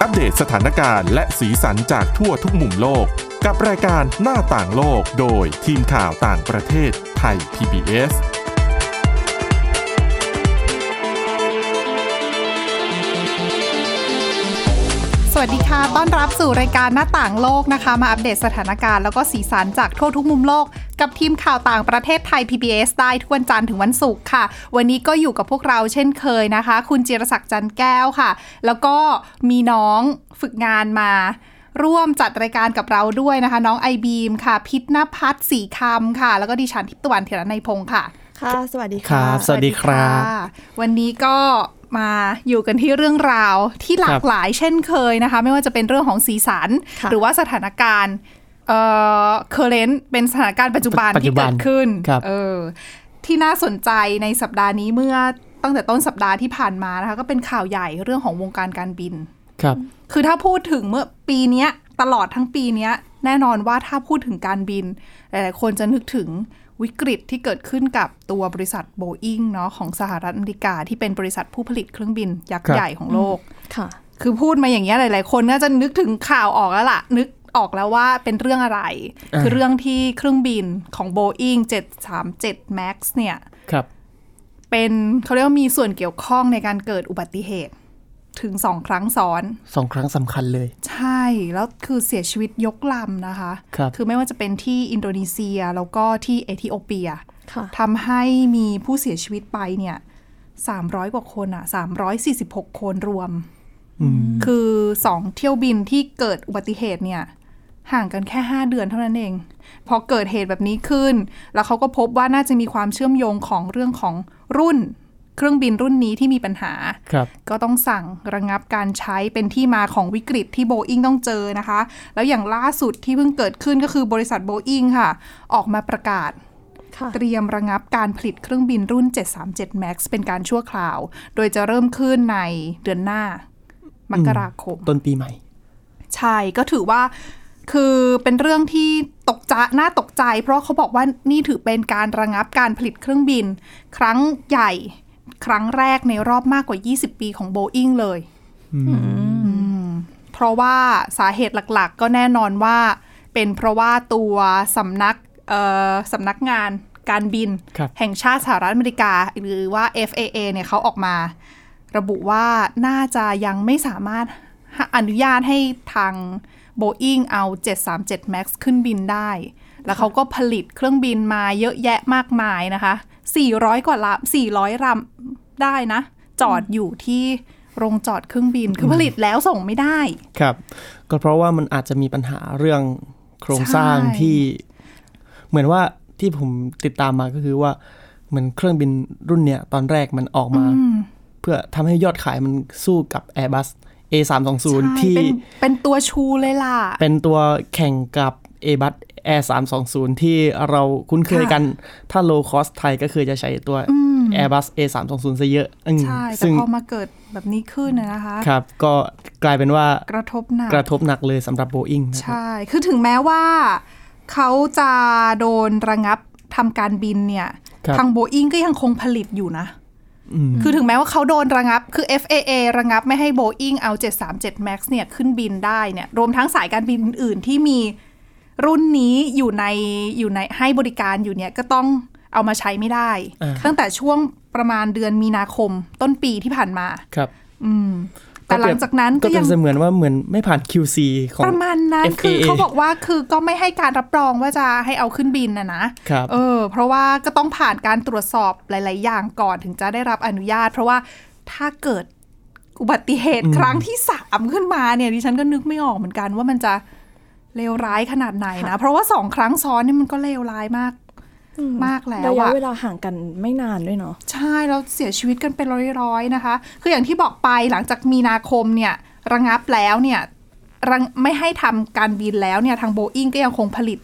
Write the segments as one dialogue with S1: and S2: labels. S1: อัปเดตสถานการณ์และสีสันจากทั่วทุกมุมโลก กับรายการหน้าต่างโลกโดยทีมข่าวต่างประเทศไทย PBS
S2: สวัสดีค่ะ ต้อนรับสู่รายการหน้าต่างโลกนะคะ มาอัปเดตสถานการณ์แล้วก็สีสันจากทั่วทุกมุมโลก กับทีมข่าวต่างประเทศไทย PBS ได้ทุกวันจันทร์ถึงวันศุกร์ค่ะ วันนี้ก็อยู่กับพวกเราเช่นเคยนะคะ คุณจิรศักดิ์จันทร์แก้วค่ะ แล้วก็มีน้องฝึกงานมา ร่วมจัดรายการกับเราด้วยนะคะ น้องไอบีมค่ะ พิษณพัฒน์สีคำค่ะ แล้วก็ดิฉันทิพย์ตะวันเถรนัยพงศ์ค่ะ
S3: ค่ะ สวัสดี
S4: ครั
S3: ค่ะ
S4: บ สวัสดีครับ
S2: ค่ะวันนี้ก็มาอยู่กันที่เรื่องราวที่หลา
S4: ครั
S2: ก
S4: บ
S2: หลายเช่นเคยนะคะ ไม่ว่าจะเป็นเรื่องของสีสัน
S3: ค่ะ
S2: หรือว่าสถานการณ์เอ่อเคอร์เรนเป็นสถานการณ์ปัจจุบัน
S4: ปัจ
S2: ที่
S4: จุบั
S2: เกิ
S4: น
S2: ดขึ้น
S4: ครับ
S2: เออที่น่าสนใจในสัปดาห์นี้เมื่อตั้งแต่ต้นสัปดาห์ที่ผ่านมานะคะก็เป็นข่าวใหญ่เรื่องของวงการการบิน
S4: ครับ
S2: คือถ้าพูดถึงเมื่อปีเนี้ยตลอดทั้งปีเนี้ยแน่นอนว่าถ้าพูดถึงการบินหลายๆคนจะนึกถึงวิกฤตที่เกิดขึ้นกับตัวบริษัทโบอิงเนาะของสหรัฐอเมริกาที่เป็นบริษัทผู้ผลิตเครื่องบินยักษ์ใหญ่ของโลก
S3: ค่ะ
S2: คือพูดมาอย่างเงี้ยหลาย ๆ คนน่าจะนึกถึงข่าวออกแล้วล่ะ นึกออกแล้วว่าเป็นเรื่องอะไร คือเรื่องที่เครื่องบินของ Boeing 737 MAX เนี่ย
S4: ครับ
S2: เป็นเขาเรียกว่ามีส่วนเกี่ยวข้องในการเกิดอุบัติเหตุ ถึงสองครั้งซ้อน
S4: สองครั้งสำคัญเลย
S2: ใช่ แล้วคือเสียชีวิตยกลำนะคะ
S4: ครับ
S2: คือไม่ว่าจะเป็นที่อินโดนีเซียแล้วก็ที่เอธิโอเปีย
S3: ค่ะ
S2: ทำให้มีผู้เสียชีวิตไปเนี่ย300 กว่าคนอะ346 คนรวม
S4: อืม
S2: คือ 2 เที่ยวบินที่เกิดอุบัติเหตุเนี่ย ห่างกันแค่ 5 เดือนเท่านั้นเอง พอเกิดเหตุแบบนี้ขึ้น แล้วเขาก็พบว่าน่าจะมีความเชื่อมโยงของเรื่องของรุ่น เครื่องบินรุ่นนี้ที่มีปัญหา
S4: ครับ
S2: ก็ต้องสั่งระงับการใช้เป็นที่มาของวิกฤตที่โบอิงต้องเจอนะคะ แล้วอย่างล่าสุดที่เพิ่งเกิดขึ้นก็คือบริษัทโบอิงค่ะ ออกมาประกาศ
S3: ค่ะ
S2: เตรียมระงับการผลิตเครื่องบินรุ่น 737 MAX เป็นการชั่วคราว โดยจะเริ่มขึ้นในเดือนหน้า มกราคม
S4: ต้นปีใหม่
S2: ใช่ก็ถือว่าคือเป็นเรื่องที่ตกใจน่าตกใจ เพราะเขาบอกว่านี่ถือเป็นการระงับการผลิตเครื่องบิน ครั้งใหญ่ครั้งแรกในรอบมากกว่า 20 ปีของ Boeing เลย เพราะว่าสาเหตุหลักๆ ก็แน่นอนว่า เป็นเพราะว่าตัวสำนักเอ่อสำนักงานการบิน
S4: ครับ
S2: แห่งชาติสหรัฐอเมริกา หรือว่า FAA เนี่ยเขาออกมา ระบุว่าน่าจะยังไม่สามารถอนุญาตให้ทาง Boeing เอา 737 MAX ขึ้นบินได้ แล้วเขาก็ผลิตเครื่องบินมาเยอะแยะมากมายนะคะ 400 กว่าลำ400ลำได้นะ จอดอยู่ที่โรงจอดเครื่องบิน คือผลิตแล้วส่งไม่ได้
S4: ครับ ก็เพราะว่ามันอาจจะมีปัญหาเรื่องโครงสร้าง
S2: ใช่
S4: ที่ เหมือนว่าที่ผมติดตามมาก็คือว่า เหมือนเครื่องบินรุ่นเนี้ยตอนแรกมันออกมา เพื่อทำให้ยอดขายมันสู้กับ Airbus A320 ที่
S2: ใช่เป็นเป็นตัวชูเลยล่ะ
S4: เป็นตัวแข่งกับ Airbus A320 ที่เราคุ้นเคย
S2: ค่ะ
S4: กัน ถ้า low cost ไทยก็คือจะใช้ตัว Airbus A320 ซะเยอะอืม
S2: ใช่ แต่
S4: ซึ่ง
S2: พอมาเกิดแบบนี้ขึ้นน่ะนะคะ
S4: ครับ ก็กลายเป็นว่าก
S2: ระทบหนัก
S4: กระทบหนักเลยสำหรับโบอิง
S2: ใช่ คือถึงแม้ว่าเขาจะโดนระงับทำการบินเนี่ย
S4: ครับ
S2: ทางโบอิงก็ยังคงผลิตอยู่นะ
S4: อืม
S2: คือถึงแม้ว่าเขาโดนระงับ คือ FAA ระงับไม่ให้ Boeing เอา 737 MAX เนี่ยขึ้นบินได้เนี่ย รวมทั้งสายการบินอื่นๆที่มีรุ่นนี้อยู่ในอยู่ในให้บริการอยู่เนี่ยก็ต้องเอามาใช้ไม่ได้ ตั้งแต่ช่วงประมาณเดือนมีนาคมต้นปีที่ผ่านมา
S4: ครับ
S2: อืม แต่หลังจากนั้น
S4: ก็
S2: ก็
S4: เปรี
S2: ยั
S4: ย
S2: ง
S4: บเสมือนว่าเหมือนไม่ผ่าน QC ของ
S2: ประมาณนั้น
S4: FAA
S2: คือเขาบอกว่าคือก็ไม่ให้การรับรองว่าจะให้เอาขึ้นบินนะนะ
S4: ครับ
S2: เออ เพราะว่าก็ต้องผ่านการตรวจสอบหลาย ๆ อย่างก่อนถึงจะได้รับอนุญาต เพราะว่าถ้าเกิดอุบัติเหตุครั้งที่สามขึ้นมาเนี่ยดิฉันก็นึกไม่ออกเหมือนกันว่ามันจะเลวร้ายขนาดไหนนะ เพราะว่าสองครั้งซ้อนเนี่ยมันก็เลวร้ายมาก มากแล้ว
S3: ระยะ
S2: อะ
S3: เวลาห่างกันไม่นานด้วยเนาะ
S2: ใช่ แล้วเสียชีวิตกันเป็นร้อยๆนะคะ คืออย่างที่บอกไปหลังจากมีนาคมเนี่ยระงับแล้วเนี่ยระงไม่ให้ทำการบินแล้วเนี่ยทางโบอิงก็ยังคงผลิต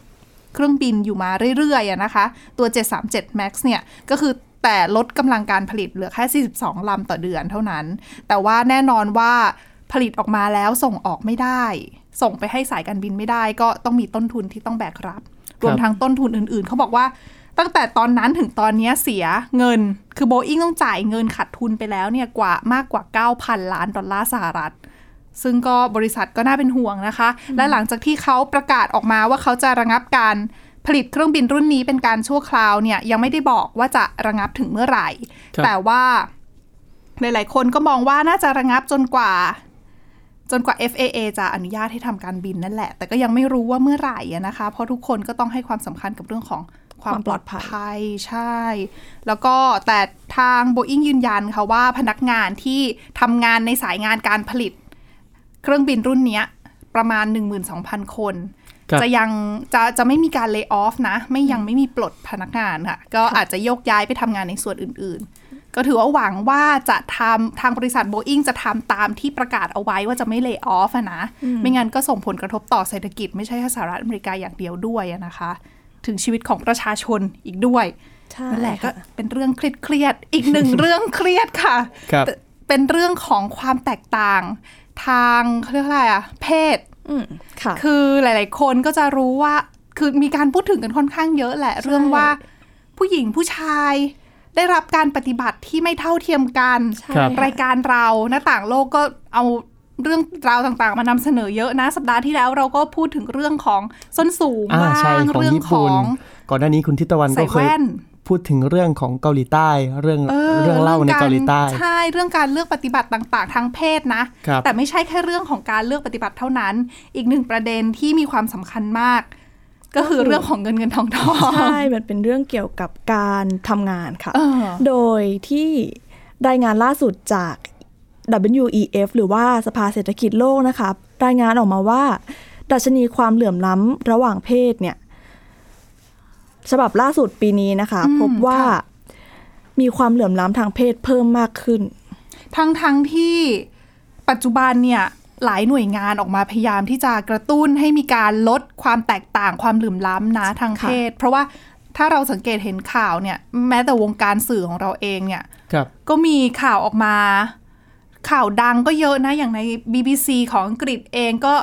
S2: เครื่องบินอยู่มาเรื่อยๆอะนะคะ ตัว 737 MAX เนี่ยก็คือแต่ลดกำลังการผลิตเหลือแค่ 42 ลำต่อเดือนเท่านั้น แต่ว่าแน่นอนว่าผลิตออกมาแล้วส่งออกไม่ได้ ส่งไปให้สายการบินไม่ได้ก็ต้องมีต้นทุนที่ต้องแบกรับ รวมทั้งต้นทุนอื่นๆ เขาบอกว่า ตั้งแต่ตอนนั้นถึงตอนเนี้ยเสียเงิน คือโบอิงต้องจ่ายเงินขาดทุนไปแล้วเนี่ยกว่ามากกว่า 9,000 ล้านดอลลาร์สหรัฐ ซึ่งก็บริษัทก็น่าเป็นห่วงนะคะ และหลังจากที่เขาประกาศออกมาว่าเขาจะระงับการผลิตเครื่องบินรุ่นนี้เป็นการชั่วคราวเนี่ยยังไม่ได้บอกว่าจะระงับถึงเมื่อไหร่
S4: ครับ
S2: แต่ว่า หลาย ๆ คนก็มองว่าน่าจะระงับจนกว่า จนกว่า FAA จะอนุญาตให้ทำการบินนั่นแหละ แต่ก็ยังไม่รู้ว่าเมื่อไหร่อะนะคะ เพราะทุกคนก็ต้องให้ความสำคัญกับเรื่องของความ
S3: ความ
S2: ป
S3: ป
S2: ล
S3: ล
S2: อ
S3: อ
S2: ด
S3: ดภัย
S2: ภัยใช่ แล้วก็แต่ทาง Boeing ยืนยันค่ะว่าพนักงานที่ทำงานในสายงานการผลิต เครื่องบินรุ่นเนี้ย ประมาณ 12,000 คน
S4: ครับ
S2: จะยังจะจะไม่มีการเลิกออฟนะ ไม่ยังไม่มีปลดพนักงานค่ะ ก็อาจจะโยกย้ายไปทำงานในส่วนอื่น ๆ ก็ถือว่าหวังว่าจะทำทางบริษัทโบอิงจะทำตามที่ประกาศเอาไว้ว่าจะไม่เลิกออฟนะ ไม่งั้นก็ส่งผลกระทบต่อเศรษฐกิจไม่ใช่แค่สหรัฐอเมริกาอย่างเดียวด้วยอะนะคะ ถึงชีวิตของประชาชนอีกด้วย
S3: ใช่
S2: นั่นแหละก็
S3: ค่ะ
S2: เป็นเรื่องเครียดๆอีกหนึ่ง เรื่องเครียดค่ะ
S4: ครับ
S2: แต่เป็นเรื่องของความแตกต่าง ทางเขาเรียกว่าอะไรอะเพศ
S3: อืมค่ะ
S2: คือหลาย ๆ คนก็จะรู้ว่าคือมีการพูดถึงกันค่อนข้างเยอะแหละ เรื่องว่าผู้หญิงผู้ชายได้รับการปฏิบัติที่ไม่เท่าเทียมกัน
S3: ใช่
S4: ครับ
S3: ค่ะ
S2: รายการเราหน้าต่างโลกก็เอาเรื่องราวต่างๆ มานำเสนอเยอะนะ สัปดาห์ที่แล้วเราก็พูดถึงเรื่องของส้นสูง
S4: อ่า
S2: บ้า
S4: ใช่
S2: ง
S4: ของ
S2: เรื่อง
S4: ญี่
S2: ขอ
S4: ปุ่น
S2: ง
S4: ก่อนหน้านี้คุณทิตวัน
S2: ใส่
S4: ก็เคย
S2: แว่น
S4: พูดถึงเรื่องของเกาหลีใต้ เรื่องเรื่องเล่าในเกาหลีใต้
S2: ใช่เรื่องการเลือกปฏิบัติต่างๆ ทางเพศนะ
S4: ครับ
S2: แต่ไม่ใช่แค่เรื่องของการเลือกปฏิบัติเท่านั้น อีกหนึ่งประเด็นที่มีความสำคัญมาก ก็คือเรื่องของเงินเงินทองทอง
S3: ใช่มันเป็นเรื่องเกี่ยวกับการทำงานค่ะ
S2: เออ
S3: โดยที่รายงานล่าสุดจาก WEF หรือว่าสภาเศรษฐกิจโลกนะคะรายงานออกมาว่า ดัชนีความเหลื่อมล้ำระหว่างเพศเนี่ย ฉบับล่าสุดปีนี้นะคะ
S2: อืม
S3: พบว่า
S2: ค่ะ
S3: มีความเหลื่อมล้ำทางเพศเพิ่มมากขึ้น
S2: ทั้งทั้งๆที่ปัจจุบันเนี่ยหลายหน่วยงานออกมาพยายามที่จะกระตุ้นให้มีการลดความแตกต่างความเหลื่อมล้ำนะทางเพศ เพราะว่าถ้าเราสังเกตเห็นข่าวเนี่ยแม้แต่วงการสื่อของเราเองเนี่ย
S4: ครับ
S2: ก็มีข่าวออกมา ข่าวดังก็เยอะนะ อย่างใน BBC ของอังกฤษเองก็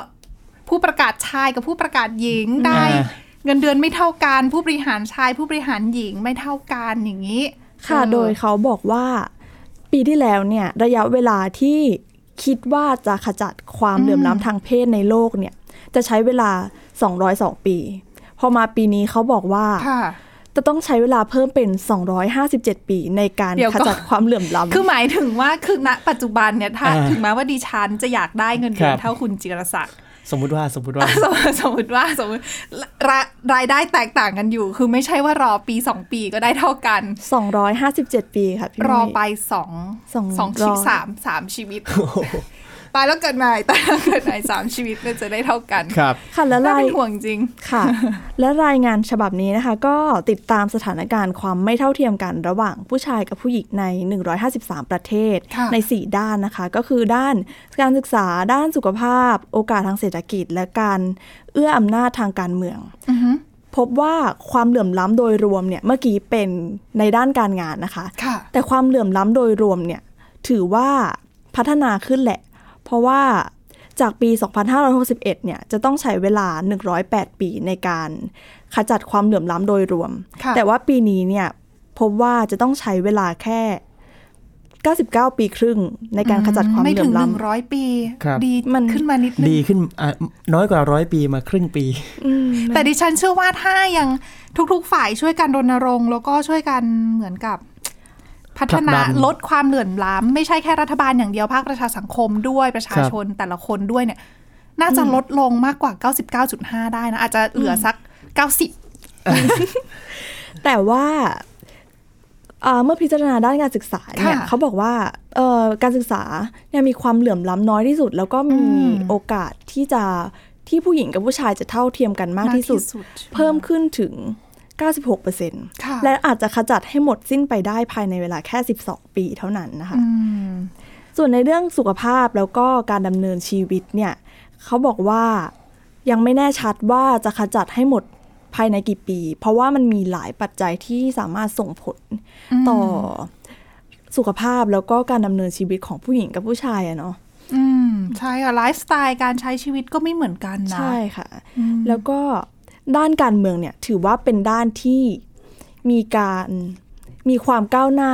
S2: ผู้ประกาศชายกับผู้ประกาศหญิงได้
S4: อ่า
S2: เงินเดือนไม่เท่ากัน ผู้บริหารชาย ผู้บริหารหญิงไม่เท่ากันอย่างนี้
S3: ค่ะ
S2: เออ
S3: โดยเขาบอกว่าปีที่แล้วเนี่ยระยะเวลาที่คิดว่าจะขจัดความเหลื่อมล้ำทางเพศในโลกเนี่ย จะใช้เวลา 202 ปี พอมาปีนี้เขาบอกว่า
S2: ค่ะ
S3: จะต้องใช้เวลาเพิ่มเป็น 257 ปีในการ
S2: เดี๋ยว
S3: ข
S2: ก่อน
S3: จัดความเหลื่อมล้ำ
S2: คือหมายถึงว่าคือณปัจจุบันเนี่ยถ้า
S4: อ่า
S2: ถึงแม้ว่าดิฉันจะอยากได้เงินเดือน
S4: ครับ
S2: เท่าคุณจิรศักดิ์
S4: สมมุติว่าสมมุติว่า
S2: สมมุติสมมติว่าสมมติรารายได้แตกต่างกันอยู่ คือไม่ใช่ว่ารอปีสองปีก็ได้เท่ากัน
S3: 257 ปีค่ะพี่
S2: รอ
S3: นุ้ย
S2: ไปสอง
S3: สอง
S2: สองชีวิต
S3: รอ
S2: สามสามชีวิต ตายแล้วเกิดใหม่ตายแล้วเกิดใหม่สามชีวิตก็จะได้เท่ากัน
S4: ครับ
S3: ค่ะแล้
S2: น่าร
S3: วาย
S2: เป็นห่วงจริง
S3: ค่ะ และรายงานฉบับนี้นะคะ ก็ติดตามสถานการณ์ความไม่เท่าเทียมกันระหว่างผู้ชายกับผู้หญิงใน 153 ประเทศ
S2: ค่ะ
S3: ใน 4 ด้านนะคะ ก็คือด้านการศึกษาด้านสุขภาพ โอกาสทางเศรษฐกิจ และการเอื้ออำนาจทางการเมือง พบว่าความเหลื่อมล้ำโดยรวมเนี่ยเมื่อกี้เป็นในด้านการงานนะคะ
S2: ค่ะ
S3: แต่ความเหลื่อมล้ำโดยรวมเนี่ยถือว่าพัฒนาขึ้นแหละ เพราะว่าจากปี 2561 เนี่ยจะต้องใช้เวลา 108 ปีในการขจัดความเหลื่อมล้ำโดยรวม
S2: ค่ะ
S3: แต่ว่าปีนี้เนี่ยพบว่าจะต้องใช้เวลาแค่ 99 ปีครึ่งในการขจัดความ
S2: ไม่
S3: เหลื่
S2: ถึ
S3: อง ม
S2: ห
S3: ล้
S2: นึ่งร้อยปี
S4: ครับ
S2: ดี
S3: มัน
S2: ขึ้นมานิดนึง
S4: ดีขึ้นอ่ะน้อยกว่าร้อยปีมาครึ่งปี
S3: ำอืม
S2: แต่ดิฉันเชื่อว่าถ้ายังทุกๆฝ่ายช่วยกันรณรงค์แล้วก็ช่วยกันเหมือนกับ พัฒนา
S4: ผลักดัน
S2: ลดความเหลื่อมล้ำไม่ใช่แค่รัฐบาลอย่างเดียวภาคประชาสังคมด้วยประชาชนแต่ละคนด้วยเนี่ย น่าจะลดลงมากกว่า 99.5 ได้นะอาจจะเหลือสัก 90
S3: แต่ว่าเอ่อเมื่อพิจารณาด้านการศึกษาเนี่ย
S2: ค่ะ
S3: เขาบอกว่าเอ่อการศึกษาเนี่ยมีความเหลื่อมล้ำน้อยที่สุด แล้วก็มีโอกาสที่จะที่ผู้หญิงกับผู้ชายจะเท่าเทียมกันมากที่สุด เพิ่มขึ้นถึง
S2: ค่ะ
S3: 96%และอาจจะขจัดให้หมดสิ้นไปได้ภายในเวลาแค่ 12 ปีเท่านั้นนะคะ
S2: อืม
S3: ส่วนในเรื่องสุขภาพแล้วก็การดำเนินชีวิตเนี่ยเขาบอกว่ายังไม่แน่ชัดว่าจะขจัดให้หมดภายในกี่ปี เพราะว่ามันมีหลายปัจจัยที่สามารถส่งผลต่อสุขภาพแล้วก็การดำเนินชีวิตของผู้หญิงกับผู้ชายอะเนาะ
S2: อืม ใช่ค่ะไลฟ์สไตล์การใช้ชีวิตก็ไม่เหมือนกันนะ
S3: ใช่ค่ะ แล้วก็ด้านการเมืองเนี่ยถือว่าเป็นด้านที่มีการมีความก้าวหน้า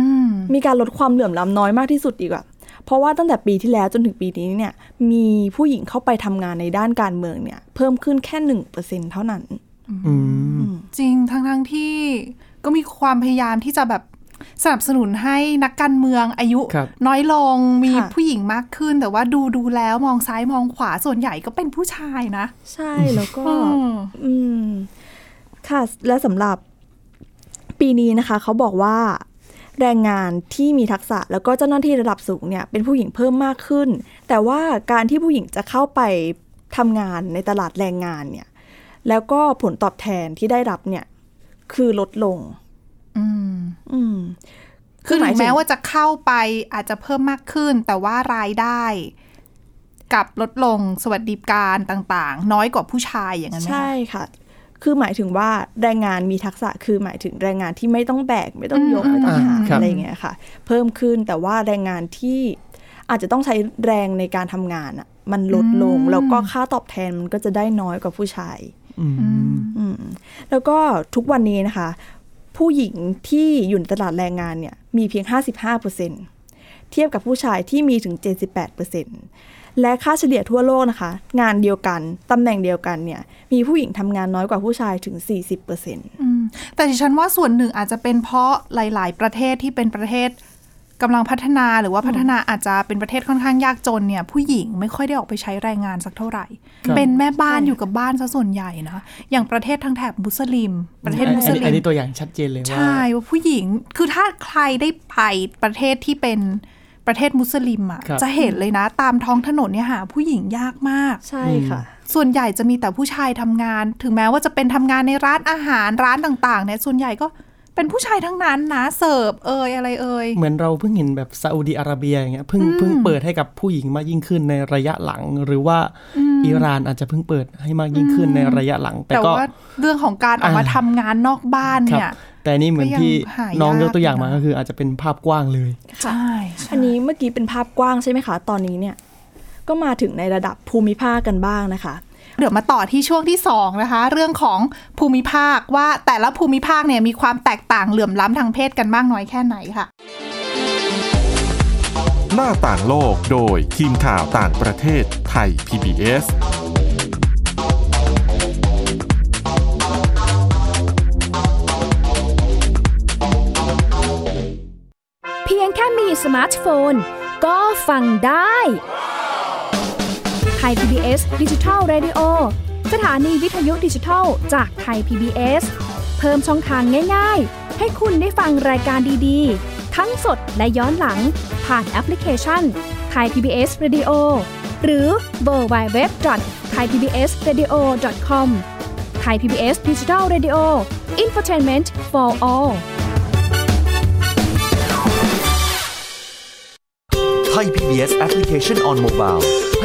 S2: อืม
S3: มีการลดความเหลื่อมล้ำน้อยมากที่สุดดีกว่า เพราะว่าตั้งแต่ปีที่แล้วจนถึงปีนี้เนี่ยมีผู้หญิงเข้าไปทำงานในด้านการเมืองเนี่ยเพิ่มขึ้นแค่หนึ่งเปอร์เซ็นเท่านั้น
S4: อืม
S2: จริงทั้งทั้งๆที่ก็มีความพยายามที่จะแบบสนับสนุนให้นักการเมืองอายุ
S4: ครับ
S2: น้อยลงมี
S3: ค่ะ
S2: ผู้หญิงมากขึ้น แต่ว่าดูดูแล้วมองซ้ายมองขวาส่วนใหญ่ก็เป็นผู้ชายนะ
S3: ใช่แล้วก็
S2: อืม
S3: อืม ค่ะ และสำหรับปีนี้นะคะ เขาบอกว่า แรงงานที่มีทักษะแล้วก็เจ้าหน้าที่ระดับสูงเนี่ย เป็นผู้หญิงเพิ่มมากขึ้น แต่ว่าการที่ผู้หญิงจะเข้าไปทำงานในตลาดแรงงานเนี่ย แล้วก็ผลตอบแทนที่ได้รับเนี่ย คือลดลง
S2: อืม
S3: อืม
S2: คือถึงแม้ว่าจะเข้าไปอาจจะเพิ่มมากขึ้น แต่ว่ารายได้กลับลดลงสวัสดิการต่างๆ น้อยกว่าผู้ชายอย่างนั้นไหมคะ
S3: ใช่ค่ะ คือหมายถึงว่าแรงงานมีทักษะคือหมายถึงแรงงานที่ไม่ต้องแบก ไม่ต้องยก
S2: อืม
S3: ไม่ต้องหา
S4: อ่าครับ
S3: อะไรอย่างเงี้ยค่ะ เพิ่มขึ้นแต่ว่าแรงงานที่อาจจะต้องใช้แรงในการทำงานอ่ะมันลดลงแล้วก็ค่าตอบแทนมันก็จะได้น้อยกว่าผู้ชาย
S4: อืม
S3: อืมแล้วก็ทุกวันนี้นะคะ ผู้หญิงที่อยู่ในตลาดแรงงานเนี่ยมีเพียง 55%เทียบกับผู้ชายที่มีถึง 78%และค่าเฉลี่ยทั่วโลกนะคะ งานเดียวกัน ตำแหน่งเดียวกันเนี่ยมีผู้หญิงทำงานน้อยกว่าผู้ชายถึง 40%
S2: อืมแต่ดิฉันว่าส่วนหนึ่งอาจจะเป็นเพราะหลาย ๆ ประเทศที่เป็นประเทศกำลังพัฒนาหรือว่าพัฒนาอาจจะเป็นประเทศค่อนข้างยากจนเนี่ย ผู้หญิงไม่ค่อยได้ออกไปใช้แรงงานสักเท่าไหร่
S4: ครับ
S2: เป็นแม่บ้านอยู่กับบ้านซะส่วนใหญ่นะอย่างประเทศทางแถบมุสลิม ประเทศ
S4: อัน
S2: มุส
S4: อันนี้
S2: ลิ
S4: อัน
S2: ม
S4: นี้ตัวอย่างชัดเจนเลยว่า
S2: ใช่ว่าผู้หญิงคือถ้าใครได้ไปประเทศที่เป็นประเทศมุสลิมอ่ะ
S4: ครับ
S2: จะเห็นเลยนะตามท้องถนนเนี่ยหาผู้หญิงยากมาก
S3: ใช่ค่ะ
S2: ส่วนใหญ่จะมีแต่ผู้ชายทำงาน ถึงแม้ว่าจะเป็นทำงานในร้านอาหารร้านต่างๆเนี่ยส่วนใหญ่ก็เป็นผู้ชายทั้งนั้นนะเสิร์ฟเอยอะไรเอย
S4: เหมือนเราเพิ่งเห็นแบบซาอุดีอาระเบียอย่างเงี้ยเพิ่งเพิ่งเปิดให้กับผู้หญิงมากยิ่งขึ้นในระยะหลัง หรือว่าอิหร่านอาจจะเพิ่งเปิดให้มากยิ่งขึ้นในระยะหลัง แต่
S2: แต่
S4: ก็
S2: ว่าเรื่องของการออกมา
S4: อ่า
S2: ทำงานนอกบ้าน
S4: ครับ
S2: เนี่ย
S4: แต่นี่เหมือน
S2: ก็ยัง
S4: ที่
S2: หายาก
S4: น้องยกตัวอย่างมา
S2: อยู่นะ
S4: ก็คืออาจจะเป็นภาพกว้างเลย
S2: ใช่ใช่
S3: อันนี้เมื่อกี้เป็นภาพกว้างใช่ไหมคะ ตอนนี้เนี่ยก็มาถึงในระดับภูมิภาคกันบ้างนะคะ
S2: เดี๋ยวมาต่อที่ช่วงที่สองนะคะ เรื่องของภูมิภาคว่าแต่ละภูมิภาคเนี่ยมีความแตกต่างเหลื่อมล้ำทางเพศกันมากน้อยแค่ไหนค่ะ
S1: หน้าต่างโลกโดยทีมข่าวต่างประเทศไทย PBS
S5: เพียงแค่มีสมาร์ทโฟน ก็ฟังได้ไทย PBS ดิจิทัล Radio สถานีวิทยุดิจิทัลจากไทย PBS เพิ่มช่องทางง่ายๆ ให้คุณได้ฟังรายการดีๆ ทั้งสดและย้อนหลัง ผ่านแอปพลิเคชันไทย PBS Radio หรือเวอร์ไบเว็บจอดไทยพีบีเอสเรดิโอคอมไทยพีบีเอสดิจิทัลเรดิโออินฟอร์ทนเมนต์ for all
S6: ไทย PBS Application on Mobile ใ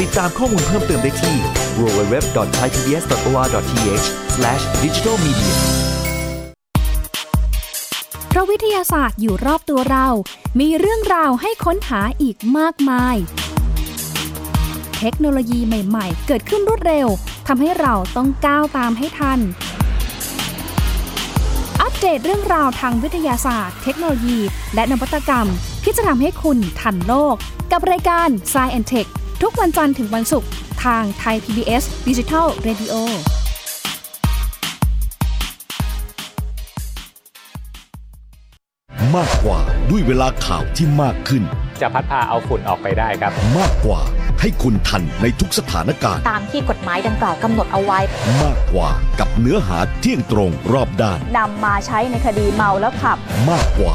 S6: ติดตามข้อมูลเพิ่มเติมได้ที่ www.thaipbs.or.th/digitalmedia
S5: เพราะวิทยาศาสตร์อยู่รอบตัวเรา มีเรื่องราวให้ค้นหาอีกมากมาย เทคโนโลยีใหม่ ๆ เกิดขึ้นรวดเร็ว ทำให้เราต้องก้าวตามให้ทัน อัปเดตเรื่องราวทางวิทยาศาสตร์ เทคโนโลยี และนวัตกรรม ที่จะทำให้คุณทันโลก กับรายการ s c i e n t e c h ทุกวันจันทร์ถึงวันศุกร์ทางไทย PBS Digital Radio
S7: มากกว่าด้วยเวลาข่าวที่มากขึ้น
S8: จะพัดพาเอาฝุ่นออกไปได้ครับ
S7: มากกว่าให้คุณทันในทุกสถานการณ์
S9: ตามที่กฎหมายดังกล่าวกำหนดเอาไว้
S7: มากกว่ากับเนื้อหาเที่ยงตรงรอบด้าน
S9: นำมาใช้ในคดีเมาแล้วขับ
S7: มากกว่า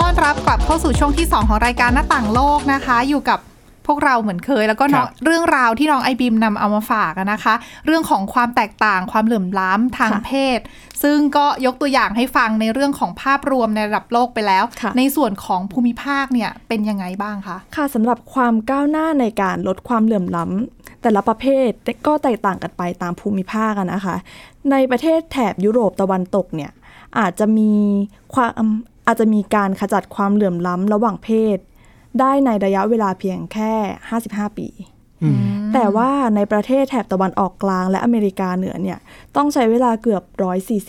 S2: ต้อนรับกลับเข้าสู่ช่วงที่ 2 ของรายการหน้าต่างโลกนะคะ อยู่กับพวกเราเหมือนเคย แล้วก็น้อง
S4: ครับ
S2: เรื่องราวที่น้องไอบีมนำเอามาฝากอะนะคะ เรื่องของความแตกต่างความเหลื่อมล้ำทาง
S3: ค่ะ
S2: เพศ ซึ่งก็ยกตัวอย่างให้ฟังในเรื่องของภาพรวมในระดับโลกไปแล้ว
S3: ค่ะ
S2: ในส่วนของภูมิภาคเนี่ยเป็นยังไงบ้างคะ
S3: ค่ะสำหรับความก้าวหน้าในการลดความเหลื่อมล้ำแต่ละประเภทก็แตกต่างกันไปตามภูมิภาคอะนะคะ ในประเทศแถบยุโรปตะวันตกเนี่ยอาจจะมีความอาจจะมีการขจัดความเหลื่อมล้ำระหว่างเพศ ได้ในระยะเวลาเพียงแค่ 55 ปี
S4: อืม
S3: แต่ว่าในประเทศแถบตะวันออกกลางและอเมริกาเหนือเนี่ยต้องใช้เวลาเกือบ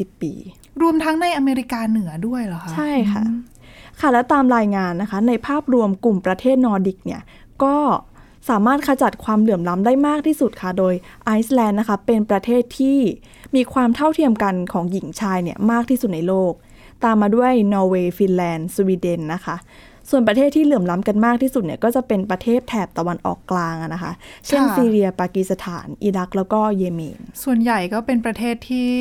S3: 140 ปี
S2: รวมทั้งในอเมริกาเหนือด้วยเหรอคะ
S3: ใช่ค่ะ ค่ะและตามรายงานนะคะ ในภาพรวมกลุ่มประเทศนอร์ดิกเนี่ย ก็สามารถขจัดความเหลื่อมล้ำได้มากที่สุดค่ะ โดยไอซ์แลนด์นะคะ เป็นประเทศที่มีความเท่าเทียมกันของหญิงชายเนี่ยมากที่สุดในโลก ตามมาด้วยนอร์เวย์ฟินแลนด์สวีเดนนะคะ ส่วนประเทศที่เหลื่อมล้ำกันมากที่สุดเนี่ยก็จะเป็นประเทศแถบตะวันออกกลางอะนะคะ เช่นซีเรียปากีสถาน อิรักแล้วก็เยเมน
S2: ส่วนใหญ่ก็เป็นประเทศที่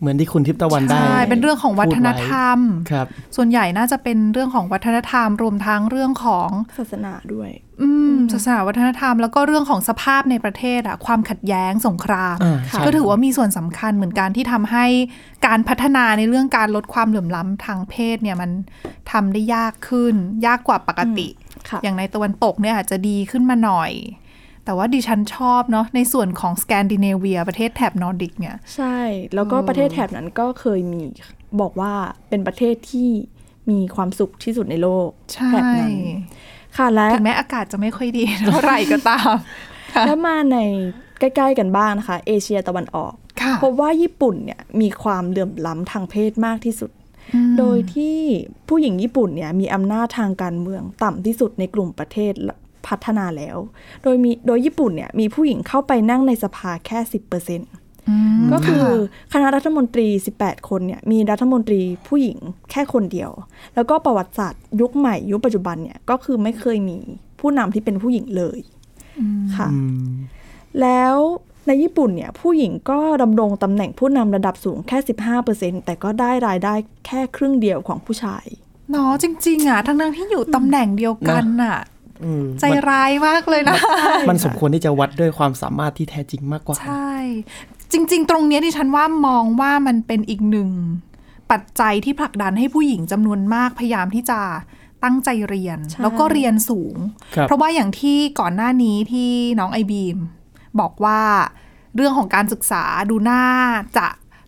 S4: เหมือนที่คุณทิพย์ตะวันได้
S2: ใช่เป็นเรื่องของวัฒนธรรม
S4: พูดไว้ครับ
S2: ส่วนใหญ่น่าจะเป็นเรื่องของวัฒนธรรม รวมทั้งเรื่องของ
S3: ศาสนาด้วย
S2: อืมศาสนาวัฒนธรรมแล้วก็เรื่องของสภาพในประเทศอะความขัดแย้งสงคราม
S4: อ่าใช่
S2: ก็ถือว่ามีส่วนสำคัญเหมือนกันที่ทำให้การพัฒนาในเรื่องการลดความเหลื่อมล้ำทางเพศเนี่ยมันทำได้ยากขึ้น ยากกว่าปกติ
S3: ค่ะ
S2: อย่างในตะวันตกเนี่ยอาจจะดีขึ้นมาหน่อย แต่ว่าดิฉันชอบเนาะในส่วนของสแกนดิเนเวีย ประเทศแถบนอร์ดิกเนี่ย
S3: ใช่ แล้วก็ประเทศแถบนั้นก็เคยมีบอกว่าเป็นประเทศที่มีความสุขที่สุดในโลก
S2: ใช่
S3: แถบนั้นค่ะและ
S2: ถึงแม้อากาศจะไม่ค่อยดี เท่าไหร่ก็ตามค่ะ
S3: และมาในใกล้ ๆ กันบ้างนะคะ เอเชียตะวันออก
S2: ค่ะ
S3: พบว่าญี่ปุ่นเนี่ยมีความเหลื่อมล้ำทางเพศมากที่สุด
S2: อืม
S3: โดยที่ผู้หญิงญี่ปุ่นเนี่ยมีอำนาจทางการเมืองต่ำที่สุดในกลุ่มประเทศพัฒนาแล้ว โดยมีโดยญี่ปุ่นเนี่ยมีผู้หญิงเข้าไปนั่งในสภาแค่ 10% ก็คือคณะรัฐมนตรี 18 คนเนี่ยมีรัฐมนตรีผู้หญิงแค่คนเดียว แล้วก็ประวัติศาสตร์ยุคใหม่ยุคปัจจุบันเนี่ยก็คือไม่เคยมีผู้นำที่เป็นผู้หญิงเลยค่ะ
S4: อืม
S3: แล้วในญี่ปุ่นเนี่ยผู้หญิงก็ดำรงตำแหน่งผู้นำระดับสูงแค่ 15%แต่ก็ได้รายได้แค่ครึ่งเดียวของผู้ชาย
S2: เนาะจริง ๆ อ่ะ ทั้งๆที่อยู่ตำแหน่งเดียวกันน่ะ
S4: อืม
S2: ใจร้ายมากเลยนะ
S4: มันสมควรที่จะวัดด้วยความสามารถที่แท้จริงมากกว่า
S2: ใช่ จริง ๆ ตรงเนี้ยดิฉันว่ามองว่ามันเป็นอีกหนึ่ง ปัจจัยที่ผลักดันให้ผู้หญิงจำนวนมากพยายามที่จะตั้งใจเรียน
S3: ใช่
S2: แล้วก็เรียนสูง
S4: ครับ
S2: เพราะว่าอย่างที่ก่อนหน้านี้ที่น้องไอบีม บอกว่าเรื่องของการศึกษาดูน่าจะ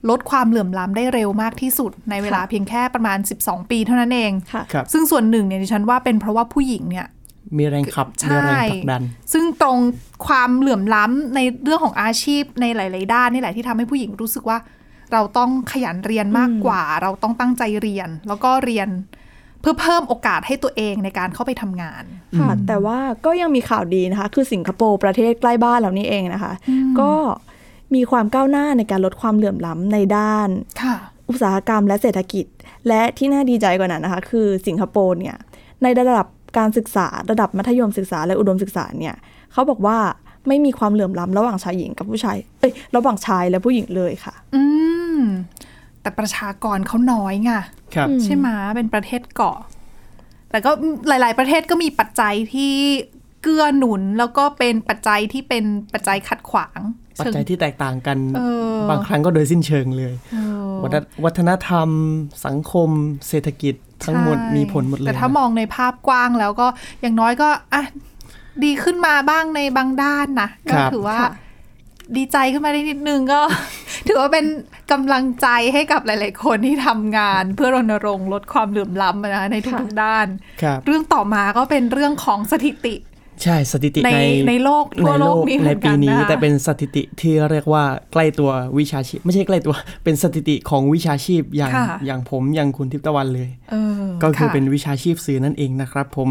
S2: ลดความเหลื่อมล้ำได้เร็วมากที่สุด ในเวลาเพียงแค่ประมาณ 12 ปีเท่านั้นเอง
S3: ค่ะ
S4: ครับ
S2: ซึ่งส่วนหนึ่งเนี่ยดิฉันว่าเป็นเพราะว่าผู้หญิงเนี่ย
S4: มีแรงขับ
S2: ใช่
S4: มีแรงผลักดัน
S2: ซึ่งตรงความเหลื่อมล้ำในเรื่องของอาชีพในหลาย ๆ ด้านนี่แหละที่ทำให้ผู้หญิงรู้สึกว่า เราต้องขยันเรียนมากกว่า เราต้องตั้งใจเรียน แล้วก็เรียนเพื่อเพิ่มโอกาสให้ตัวเองในการเข้าไปทำงาน
S3: ค่ะแต่ว่าก็ยังมีข่าวดีนะคะ คือสิงคโปร์ประเทศใกล้บ้านเรานี่เองนะคะ ก็มีความก้าวหน้าในการลดความเหลื่อมล้ำในด้าน
S2: ค่ะ
S3: อุตสาหกรรมและเศรษฐกิจ และที่น่าดีใจกว่านั้นนะคะ คือสิงคโปร์เนี่ยในระดับการศึกษาระดับมัธยมศึกษาและอุดมศึกษาเนี่ยเขาบอกว่าไม่มีความเหลื่อมล้ำระหว่างชายหญิงกับผู้ชายเอ้ยระหว่างชายและผู้หญิงเลยค่ะ
S2: อืม แต่ประชากรเขาน้อยไง
S4: ครับ
S2: ใช่ไหมเป็นประเทศเกาะ แต่ก็หลาย ๆ ประเทศก็มีปัจจัยที่เกื้อหนุนแล้วก็เป็นปัจจัยที่เป็นปัจจัยขัดขวาง
S4: ปัจ
S2: เชิง
S4: จัยที่แตกต่างกัน
S2: เออ
S4: บางครั้งก็โดยสิ้นเชิงเลย วัฒนวัฒนธรรม สังคม เศรษฐกิจทั้งหมด
S2: ใช่
S4: มีผลหมดเลย
S2: แต่ถ้าม
S4: นะ
S2: องในภาพกว้างแล้วก็อย่างน้อยก็อ่ะดีขึ้นมาบ้างในบางด้านนะก็ถือว่า ดีใจขึ้นมาได้นิดนึงก็ ถือว่าเป็นกำลังใจให้กับหลาย ๆ คนที่ทำงาน เพื่อรณรงค์ลดความเหลื่อมล้ำนะคะในทุก ๆ ด้าน
S4: ครับ
S2: เรื่องต่อมาก็เป็นเรื่องของสถิติ
S4: ใช่สถิติ
S2: ใน
S4: ใน
S2: ในโลกทั่วโลกนี้เหมื
S4: ใน
S2: อนกั
S4: ปี
S2: น
S4: นี้
S2: นะคะ
S4: แต่เป็นสถิติที่เรียกว่าใกล้ตัววิชาชีพ ไม่ใช่ใกล้ตัว เป็นสถิติของวิชาชีพอย่าง
S2: ค่ะ
S4: อย่างผมอย่างคุณทิพย์ตะวันเลย
S2: เออ
S4: ก็คือเป็น
S2: ค่ะ
S4: วิชาชีพสื่อนั่นเองนะครับผม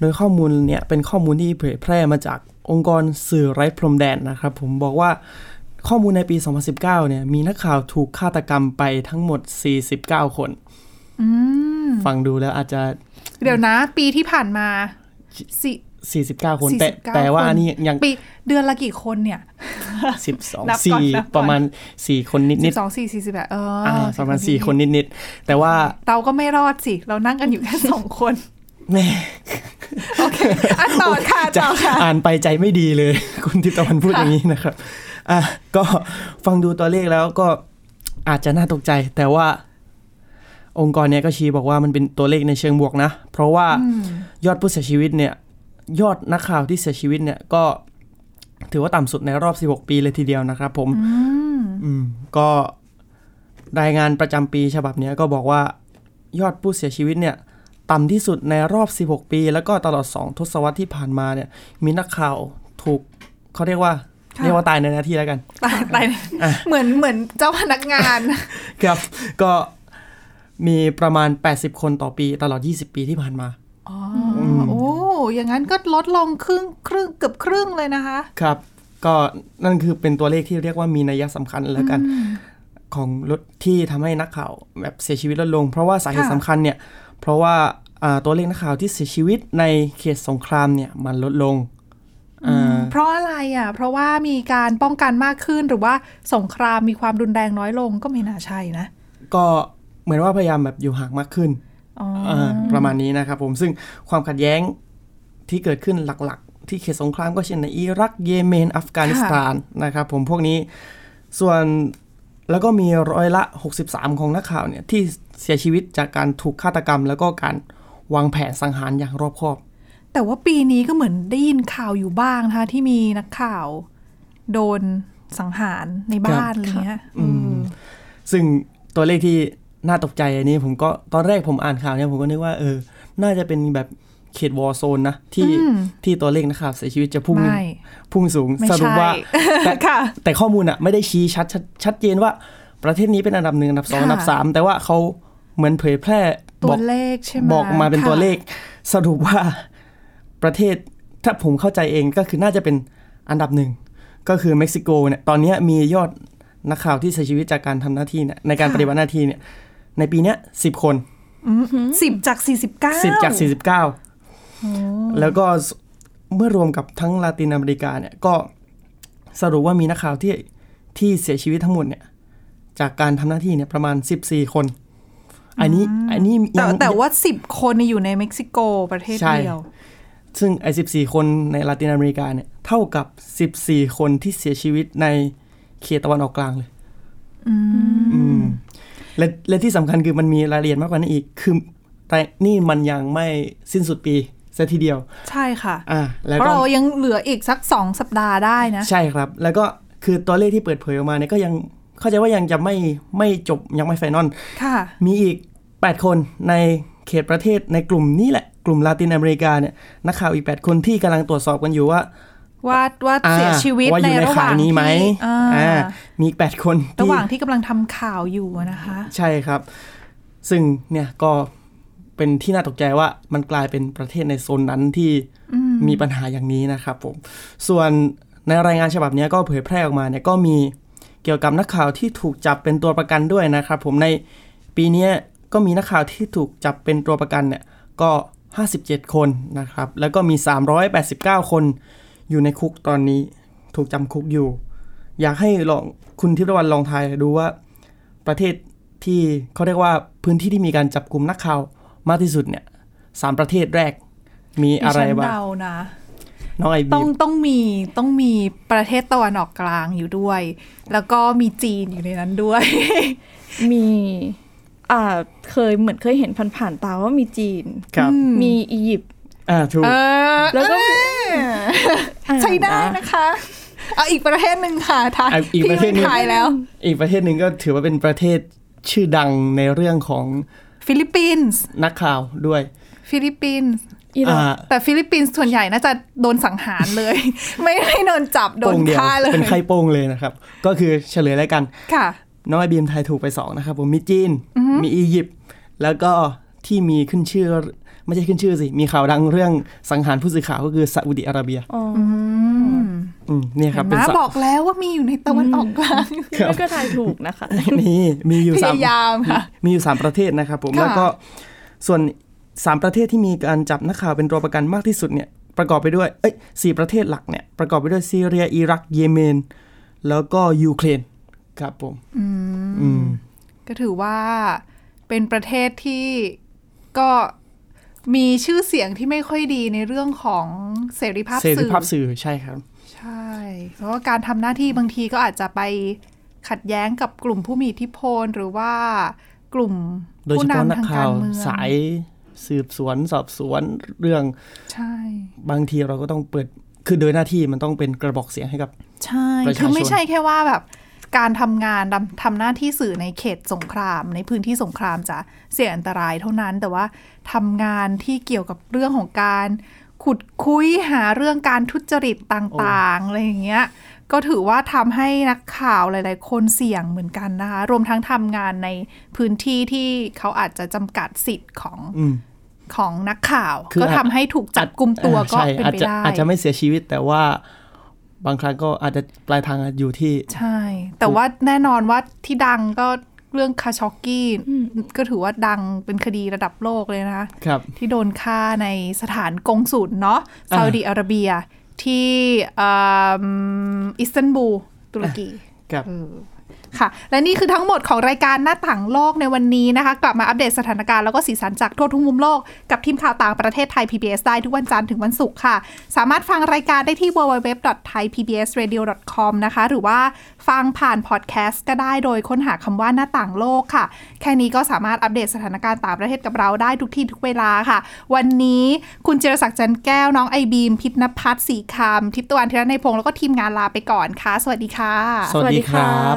S4: โดยข้อมูลเนี่ยเป็นข้อมูลที่เผยแพร่มาจากองค์กรสื่อไร้พรมแดนนะครับผมบอกว่าข้อมูลในปี 2019เนี่ยมีนักข่าวถูกฆาตกรรมไปทั้งหมด 49 คน ฟังดูแล้วอาจจะ
S2: เดี๋ยวนะ ปีที่ผ่านมาสิ
S4: 49 คน แต่
S2: 49
S4: แต่ว่า
S2: ค
S4: นี่ยัง
S2: ปีเดือนละกี่คนเนี่ย นับ
S4: 12
S2: ก่อนนับก่อน
S4: 4 ประมาณ 4 คนนิด
S2: สิ
S4: นิด
S2: บสองสี่สี่สิบแปดเอออ
S4: ประมาณ 4 คนนิดนิดๆแต่ว่า
S2: เราก็ไม่รอดสิ เรานั่งกันอยู่แค่ สองคน
S4: แหม่
S2: โอเคอ่ะต่อค่ะ
S4: จะ
S2: ต่อค่ะ
S4: อ่านไปใจไม่ดีเลย คุณทิพย์ตะวันพูดอย่างนี้นะครับ อ่ะก็ฟังดูตัวเลขแล้วก็อาจจะน่าตกใจ แต่ว่าองค์กรเนี่ยก็ชี้บอกว่ามันเป็นตัวเลขในเชิงบวกนะ เพราะว่ายอดผู้เสียชีวิตเนี่ย ยอดนักข่าวที่เสียชีวิตเนี่ยก็ถือว่าต่ำสุดในรอบ 16 ปีเลยทีเดียวนะครับผม อืมก็รายงานประจำปีฉบับเนี้ยก็บอกว่ายอดผู้เสียชีวิตเนี่ย ต่ำที่สุดในรอบ 16 ปี แล้วก็ตลอด 2 ทศวรรษที่ผ่านมาเนี่ย มีนักข่าวถูกเขาเรียกว่า
S2: ค่ะ
S4: เรียกว่าตายในหน้าที่แล้วกัน
S2: ตายตายเหมือนเหมือนเจ้าพนักงาน
S4: ครับ ก็มีประมาณ 80 คนต่อปีตลอด 20 ปีที่ผ่านมา
S2: อ๋อโอ้อย่างนั้นก็ลดลงครึ่งครึ่งเกือบครึ่งเลยนะคะ
S4: ครับ ก็นั่นคือเป็นตัวเลขที่เรียกว่ามีนัยสำคัญแล้วกัน ของรถที่ทำให้นักข่าวแบบเสียชีวิตลดลง เพราะว่าสาเหตุ
S2: ค่ะ
S4: สำคัญเนี่ย เพราะว่าอ่าตัวเลขนักข่าวที่เสียชีวิตในเขตสงครามเนี่ยมันลดลงอ่า
S2: เพราะอะไรอ่ะ เพราะว่ามีการป้องกันมากขึ้นหรือว่าสงครามมีความรุนแรงน้อยลงก็ไม่น่าใช่นะ
S4: ก็เหมือนว่าพยายามแบบอยู่ห่างมากขึ้น
S2: อ๋อ
S4: อ่าประมาณนี้นะครับผมซึ่งความขัดแย้งที่เกิดขึ้นหลักๆ ที่เขตสงครามก็เช่นในอิรักเยเมน อัฟกานิสถานนะครับผมพวกนี้ส่วนแล้วก็มีร้อยละ 63 ของนักข่าวเนี่ย ที่เสียชีวิตจากการถูกฆาตกรรม แล้วก็การวางแผนสังหารอย่างรอบคอบ
S2: แต่ว่าปีนี้ก็เหมือนได้ยินข่าวอยู่บ้างนะคะที่มีนักข่าว โดนสังหารในบ้านอะไรเงี้ยอืม
S4: ซึ่งตัวเลขที่น่าตกใจอันนี้ผมก็ตอนแรกผมอ่านข่าวเนี่ยผมก็นึกว่าเออ น่าจะเป็นแบบเขตวอร์โซนนะ ที่ที่ตัวเลขนะครับเสียชีวิตจะพุ่ง
S2: ไม่
S4: พุ่งสูง
S2: ไม่
S4: สรุปว่า
S2: ใช่
S4: แต่
S2: ค่ะ
S4: แต่ข้อมูลอะไม่ได้ชี้ชัดชัดชัดเจนว่าประเทศนี้เป็นอันดับหนึ่งอันดับสอง
S2: ค่ะ
S4: อันดับสามแต่ว่าเขาเหมือนเผยแพร่
S2: ตั
S4: บ
S2: ว
S4: อก
S2: เลขใช่ไหม
S4: บอกมาเป็นตัวเลข สรุปว่าประเทศถ้าผมเข้าใจเองก็คือน่าจะเป็นอันดับหนึ่งก็คือเม็กซิโกเนี่ยตอนเนี้ยมียอดนักข่าวที่เสียชีวิตจากการทำหน้าที่เนี่ยในการปฏิบัติหน้าที่เนี่ยในปีเนี้ยสิบคน
S2: สิบจากสี่สิบเก้า
S4: สิบจากสี่สิบเก้าแล้วก็สเมื่อรวมกับทั้งลาตินอเมริกาเนี่ยก็สรุปว่ามีนักข่าวที่ที่เสียชีวิตทั้งหมดเนี่ย จากการทำหน้าที่เนี่ยประมาณสิบสี่คน อันนี้อันนี้
S2: แต่
S4: ยัง
S2: แต่ว่าสิบคนเนี่ยอยู่ในเม็กซิโกประเทศ
S4: ใช่
S2: เดียว
S4: ซึ่งไอ้สิบสี่คนในลาตินอเมริกาเนี่ย เท่ากับสิบสี่คนที่เสียชีวิตในเขตตะวันออกกลางเลย อืมและและที่สำคัญคือมันมีรายละเอียดมากกว่านั้นอีก คือแต่นี่มันยังไม่สิ้นสุดปีซะทีเดียว
S2: ใช่ค่ะ
S4: อ่าแล้ว
S2: เพราะ
S4: ก็
S2: เรายังเหลืออีกสักสองสัปดาห์ได้นะ
S4: ใช่ครับ แล้วก็คือตัวเลขที่เปิดเผยออกมาเนี่ยก็ยังเข้าใจว่ายังจะไม่ไม่จบยังไม่ไฟนอล
S2: ค่ะ
S4: มีอีก 8 คนในเขตประเทศในกลุ่มนี้แหละ กลุ่มลาตินอเมริกาเนี่ยนักข่าวอีก 8 คนที่กำลังตรวจสอบกันอยู่ว่า
S2: ว่าว่า
S4: อ่า
S2: เสียชีวิต
S4: ว่าอ
S2: ใน
S4: ยู่ใน
S2: ระห
S4: ข่า
S2: ว่าวง
S4: นี้ไหม
S2: ที่อ่า
S4: อ่ามีอีก 8 คน
S2: ระ
S4: ที่
S2: หว่างที่กำลังทำข่าวอยู่อะนะคะ
S4: ใช่ครับ ซึ่งเนี่ยก็เป็นที่น่าตกใจว่ามันกลายเป็นประเทศในโซนนั้นที่มีปัญหาอย่างนี้นะครับผม ส่วนในรายงานฉบับเนี้ยก็เผยแพร่ออกมาเนี่ยก็มีเกี่ยวกับนักข่าวที่ถูกจับเป็นตัวประกันด้วยนะครับผมในปีเนี้ยก็มีนักข่าวที่ถูกจับเป็นตัวประกันเนี่ยก็ 57 คนนะครับ แล้วก็มี 389 คนอยู่ในคุกตอนนี้ถูกจำคุกอยู่ อยากให้ลองคุณทิพย์ตะวันลองทายดูว่าประเทศที่เขาเรียกว่าพื้นที่ที่มีการจับกลุ่มนักข่าวมากที่สุดเนี่ยสามประเทศแรกมี
S2: ดิ
S4: อะไร
S2: ฉัน
S4: บ้าง
S2: เดานะ
S4: น้องไอ
S2: ต้
S4: บี
S2: องต้องมีต้องมีประเทศตะวันออกกลางอยู่ด้วย แล้วก็มีจีนอยู่ในนั้นด้วย
S3: มีอ่าเคยเหมือนเคยเห็นผ่านๆตาว่ามีจีน
S4: ครับ
S3: มีอียิปต์
S4: อ่าถูก
S2: เออ
S3: แล้วก็
S2: ใช้ได้นะคะ เอาอีกประเทศหนึ่งค่ะทาย
S4: เอาอีก
S2: พี่
S4: ประเทศหนึ่ง
S2: ไม่ทายแล้ว
S4: อีกประเทศหนึ่งก็ถือว่าเป็นประเทศชื่อดังในเรื่องของ
S2: ฟิลิปปินส์
S4: นักข่าวด้วย
S2: ฟิลิปปินส์
S3: อิรัก
S4: อ่า
S2: แต่ฟิลิปปินส์ส่วนใหญ่น่าจะโดนสังหารเลย ไม่ไม่โดนจับโด
S4: โป้
S2: น
S4: งเดีว
S2: ฆ่าเลย
S4: เป็นไข้โป้งเลยนะครับ ก็คือเฉลยแล้วกัน
S2: ค่ะ
S4: น้องไอบีมไทยถูกไปสองนะครับผมมีจีน มีอียิปต์แล้วก็ที่มีขึ้นชื่อ ไม่ใช่ขึ้นชื่อสิ มีข่าวดังเรื่องสังหารผู้สื่อข่าวก็คือซาอุดิอาระเบียอืมเนี่ยครับเป็น
S2: ม้า
S4: สะ
S2: บอกแล้วว่ามีอยู่ในตะวันออกกลาง
S3: แล้วก็ทายถูกนะคะ
S4: นี่มีอยู่
S2: พ
S4: สาม
S2: ยายามค่ะ
S4: มีอยู่ 3 ประเทศนะครับผม
S2: ค่ะ
S4: แล้วก็ส่วน 3 ประเทศที่มีการจับนักข่าวเป็นตัวประกันมากที่สุดเนี่ย ประกอบไปด้วยเอ้ยสประเทศหลักเนี่ยประกอบไปด้วยซีเรียอิรักเยเมน แล้วก็ยูเครนครับผมอืม
S2: ก็ถือว่าเป็นประเทศที่ก็มีชื่อเสียงที่ไม่ค่อยดีในเรื่องของเสรีภาพ
S4: เสรี
S2: สื่อ
S4: ภาพสื่อใช่ครับ
S2: ใช่เพราะว่าการทำหน้าที่บางทีก็อาจจะไปขัดแย้งกับกลุ่มผู้มีอิทธิพลหรือว่ากลุ่ม
S4: โดย
S2: ผู้
S4: เฉพาะ
S2: นำ
S4: นัก
S2: ทาง
S4: ข่า
S2: การ
S4: ว
S2: เมือง
S4: สายสืบสวนสอบสวนเรื่อง
S2: ใช่
S4: บางทีเราก็ต้องเปิดคือโดยหน้าที่มันต้องเป็นกระบอกเสียงให้กับ
S2: ใช่
S4: ประชาชน
S2: คือไม่ใช่แค่ว่าแบบการทำงานทำทำหน้าที่สื่อในเขตสงคราม ในพื้นที่สงครามจะเสี่ยงอันตรายเท่านั้น แต่ว่าทำงานที่เกี่ยวกับเรื่องของการ ขุดคุยหาเรื่องการทุจริตต่างๆอะไรอย่างเงี้ย ก็ถือว่าทำให้นักข่าวหลาย ๆ คนเสี่ยงเหมือนกันนะคะ รวมทั้งทำงานในพื้นที่ที่เขาอาจจะจำกัดสิทธิ์ของ
S4: อืม
S2: ของนักข่าว
S4: คือ
S2: ก็
S4: อาจ
S2: ทำให้ถูกจับกลุ่มตัวก็
S4: ใช่
S2: เป็น
S4: อาจ
S2: ไป
S4: จะ
S2: ได้
S4: อาจจะไม่เสียชีวิตแต่ว่าบางครั้งก็อาจจะปลายทางอาจอยู่ที่
S2: ใช่ แต่ว่าแน่นอนว่าที่ดังก็เรื่องคาชอกกี้ก็ถือว่าดังเป็นคดีระดับโลกเลยนะคะ
S4: ครับ
S2: ที่โดนฆ่าในสถานกงสุลเนาะ
S4: อ่า
S2: ซาอุดีอาระเบียที่เอิ่มอิสตันบูลตุรกี
S4: ครับ
S2: ค่ะ และนี่คือทั้งหมดของรายการหน้าต่างโลกในวันนี้นะคะ กลับมาอัปเดตสถานการณ์แล้วก็สีสันจากทั่วทุกมุมโลก กับทีมข่าวต่างประเทศไทย PBS ได้ทุกวันจันทร์ถึงวันศุกร์ค่ะ สามารถฟังรายการได้ที่ www.thaipbsradio.com นะคะ หรือว่าฟังผ่านพอดแคสต์ก็ได้โดยค้นหาคำว่าหน้าต่างโลกค่ะ แค่นี้ก็สามารถอัปเดตสถานการณ์ต่างประเทศกับเราได้ทุกที่ทุกเวลาค่ะ วันนี้คุณเจรศักดิ์จันทร์แก้วน้องไอบีม พิษณพัฒน์สีคำทิพย์ตะวันธีรนัยพงศ์แล้วก็ทีมงานลาไปก่อนค่ะ สวัสดีค่ะ
S4: สวัสดีครับ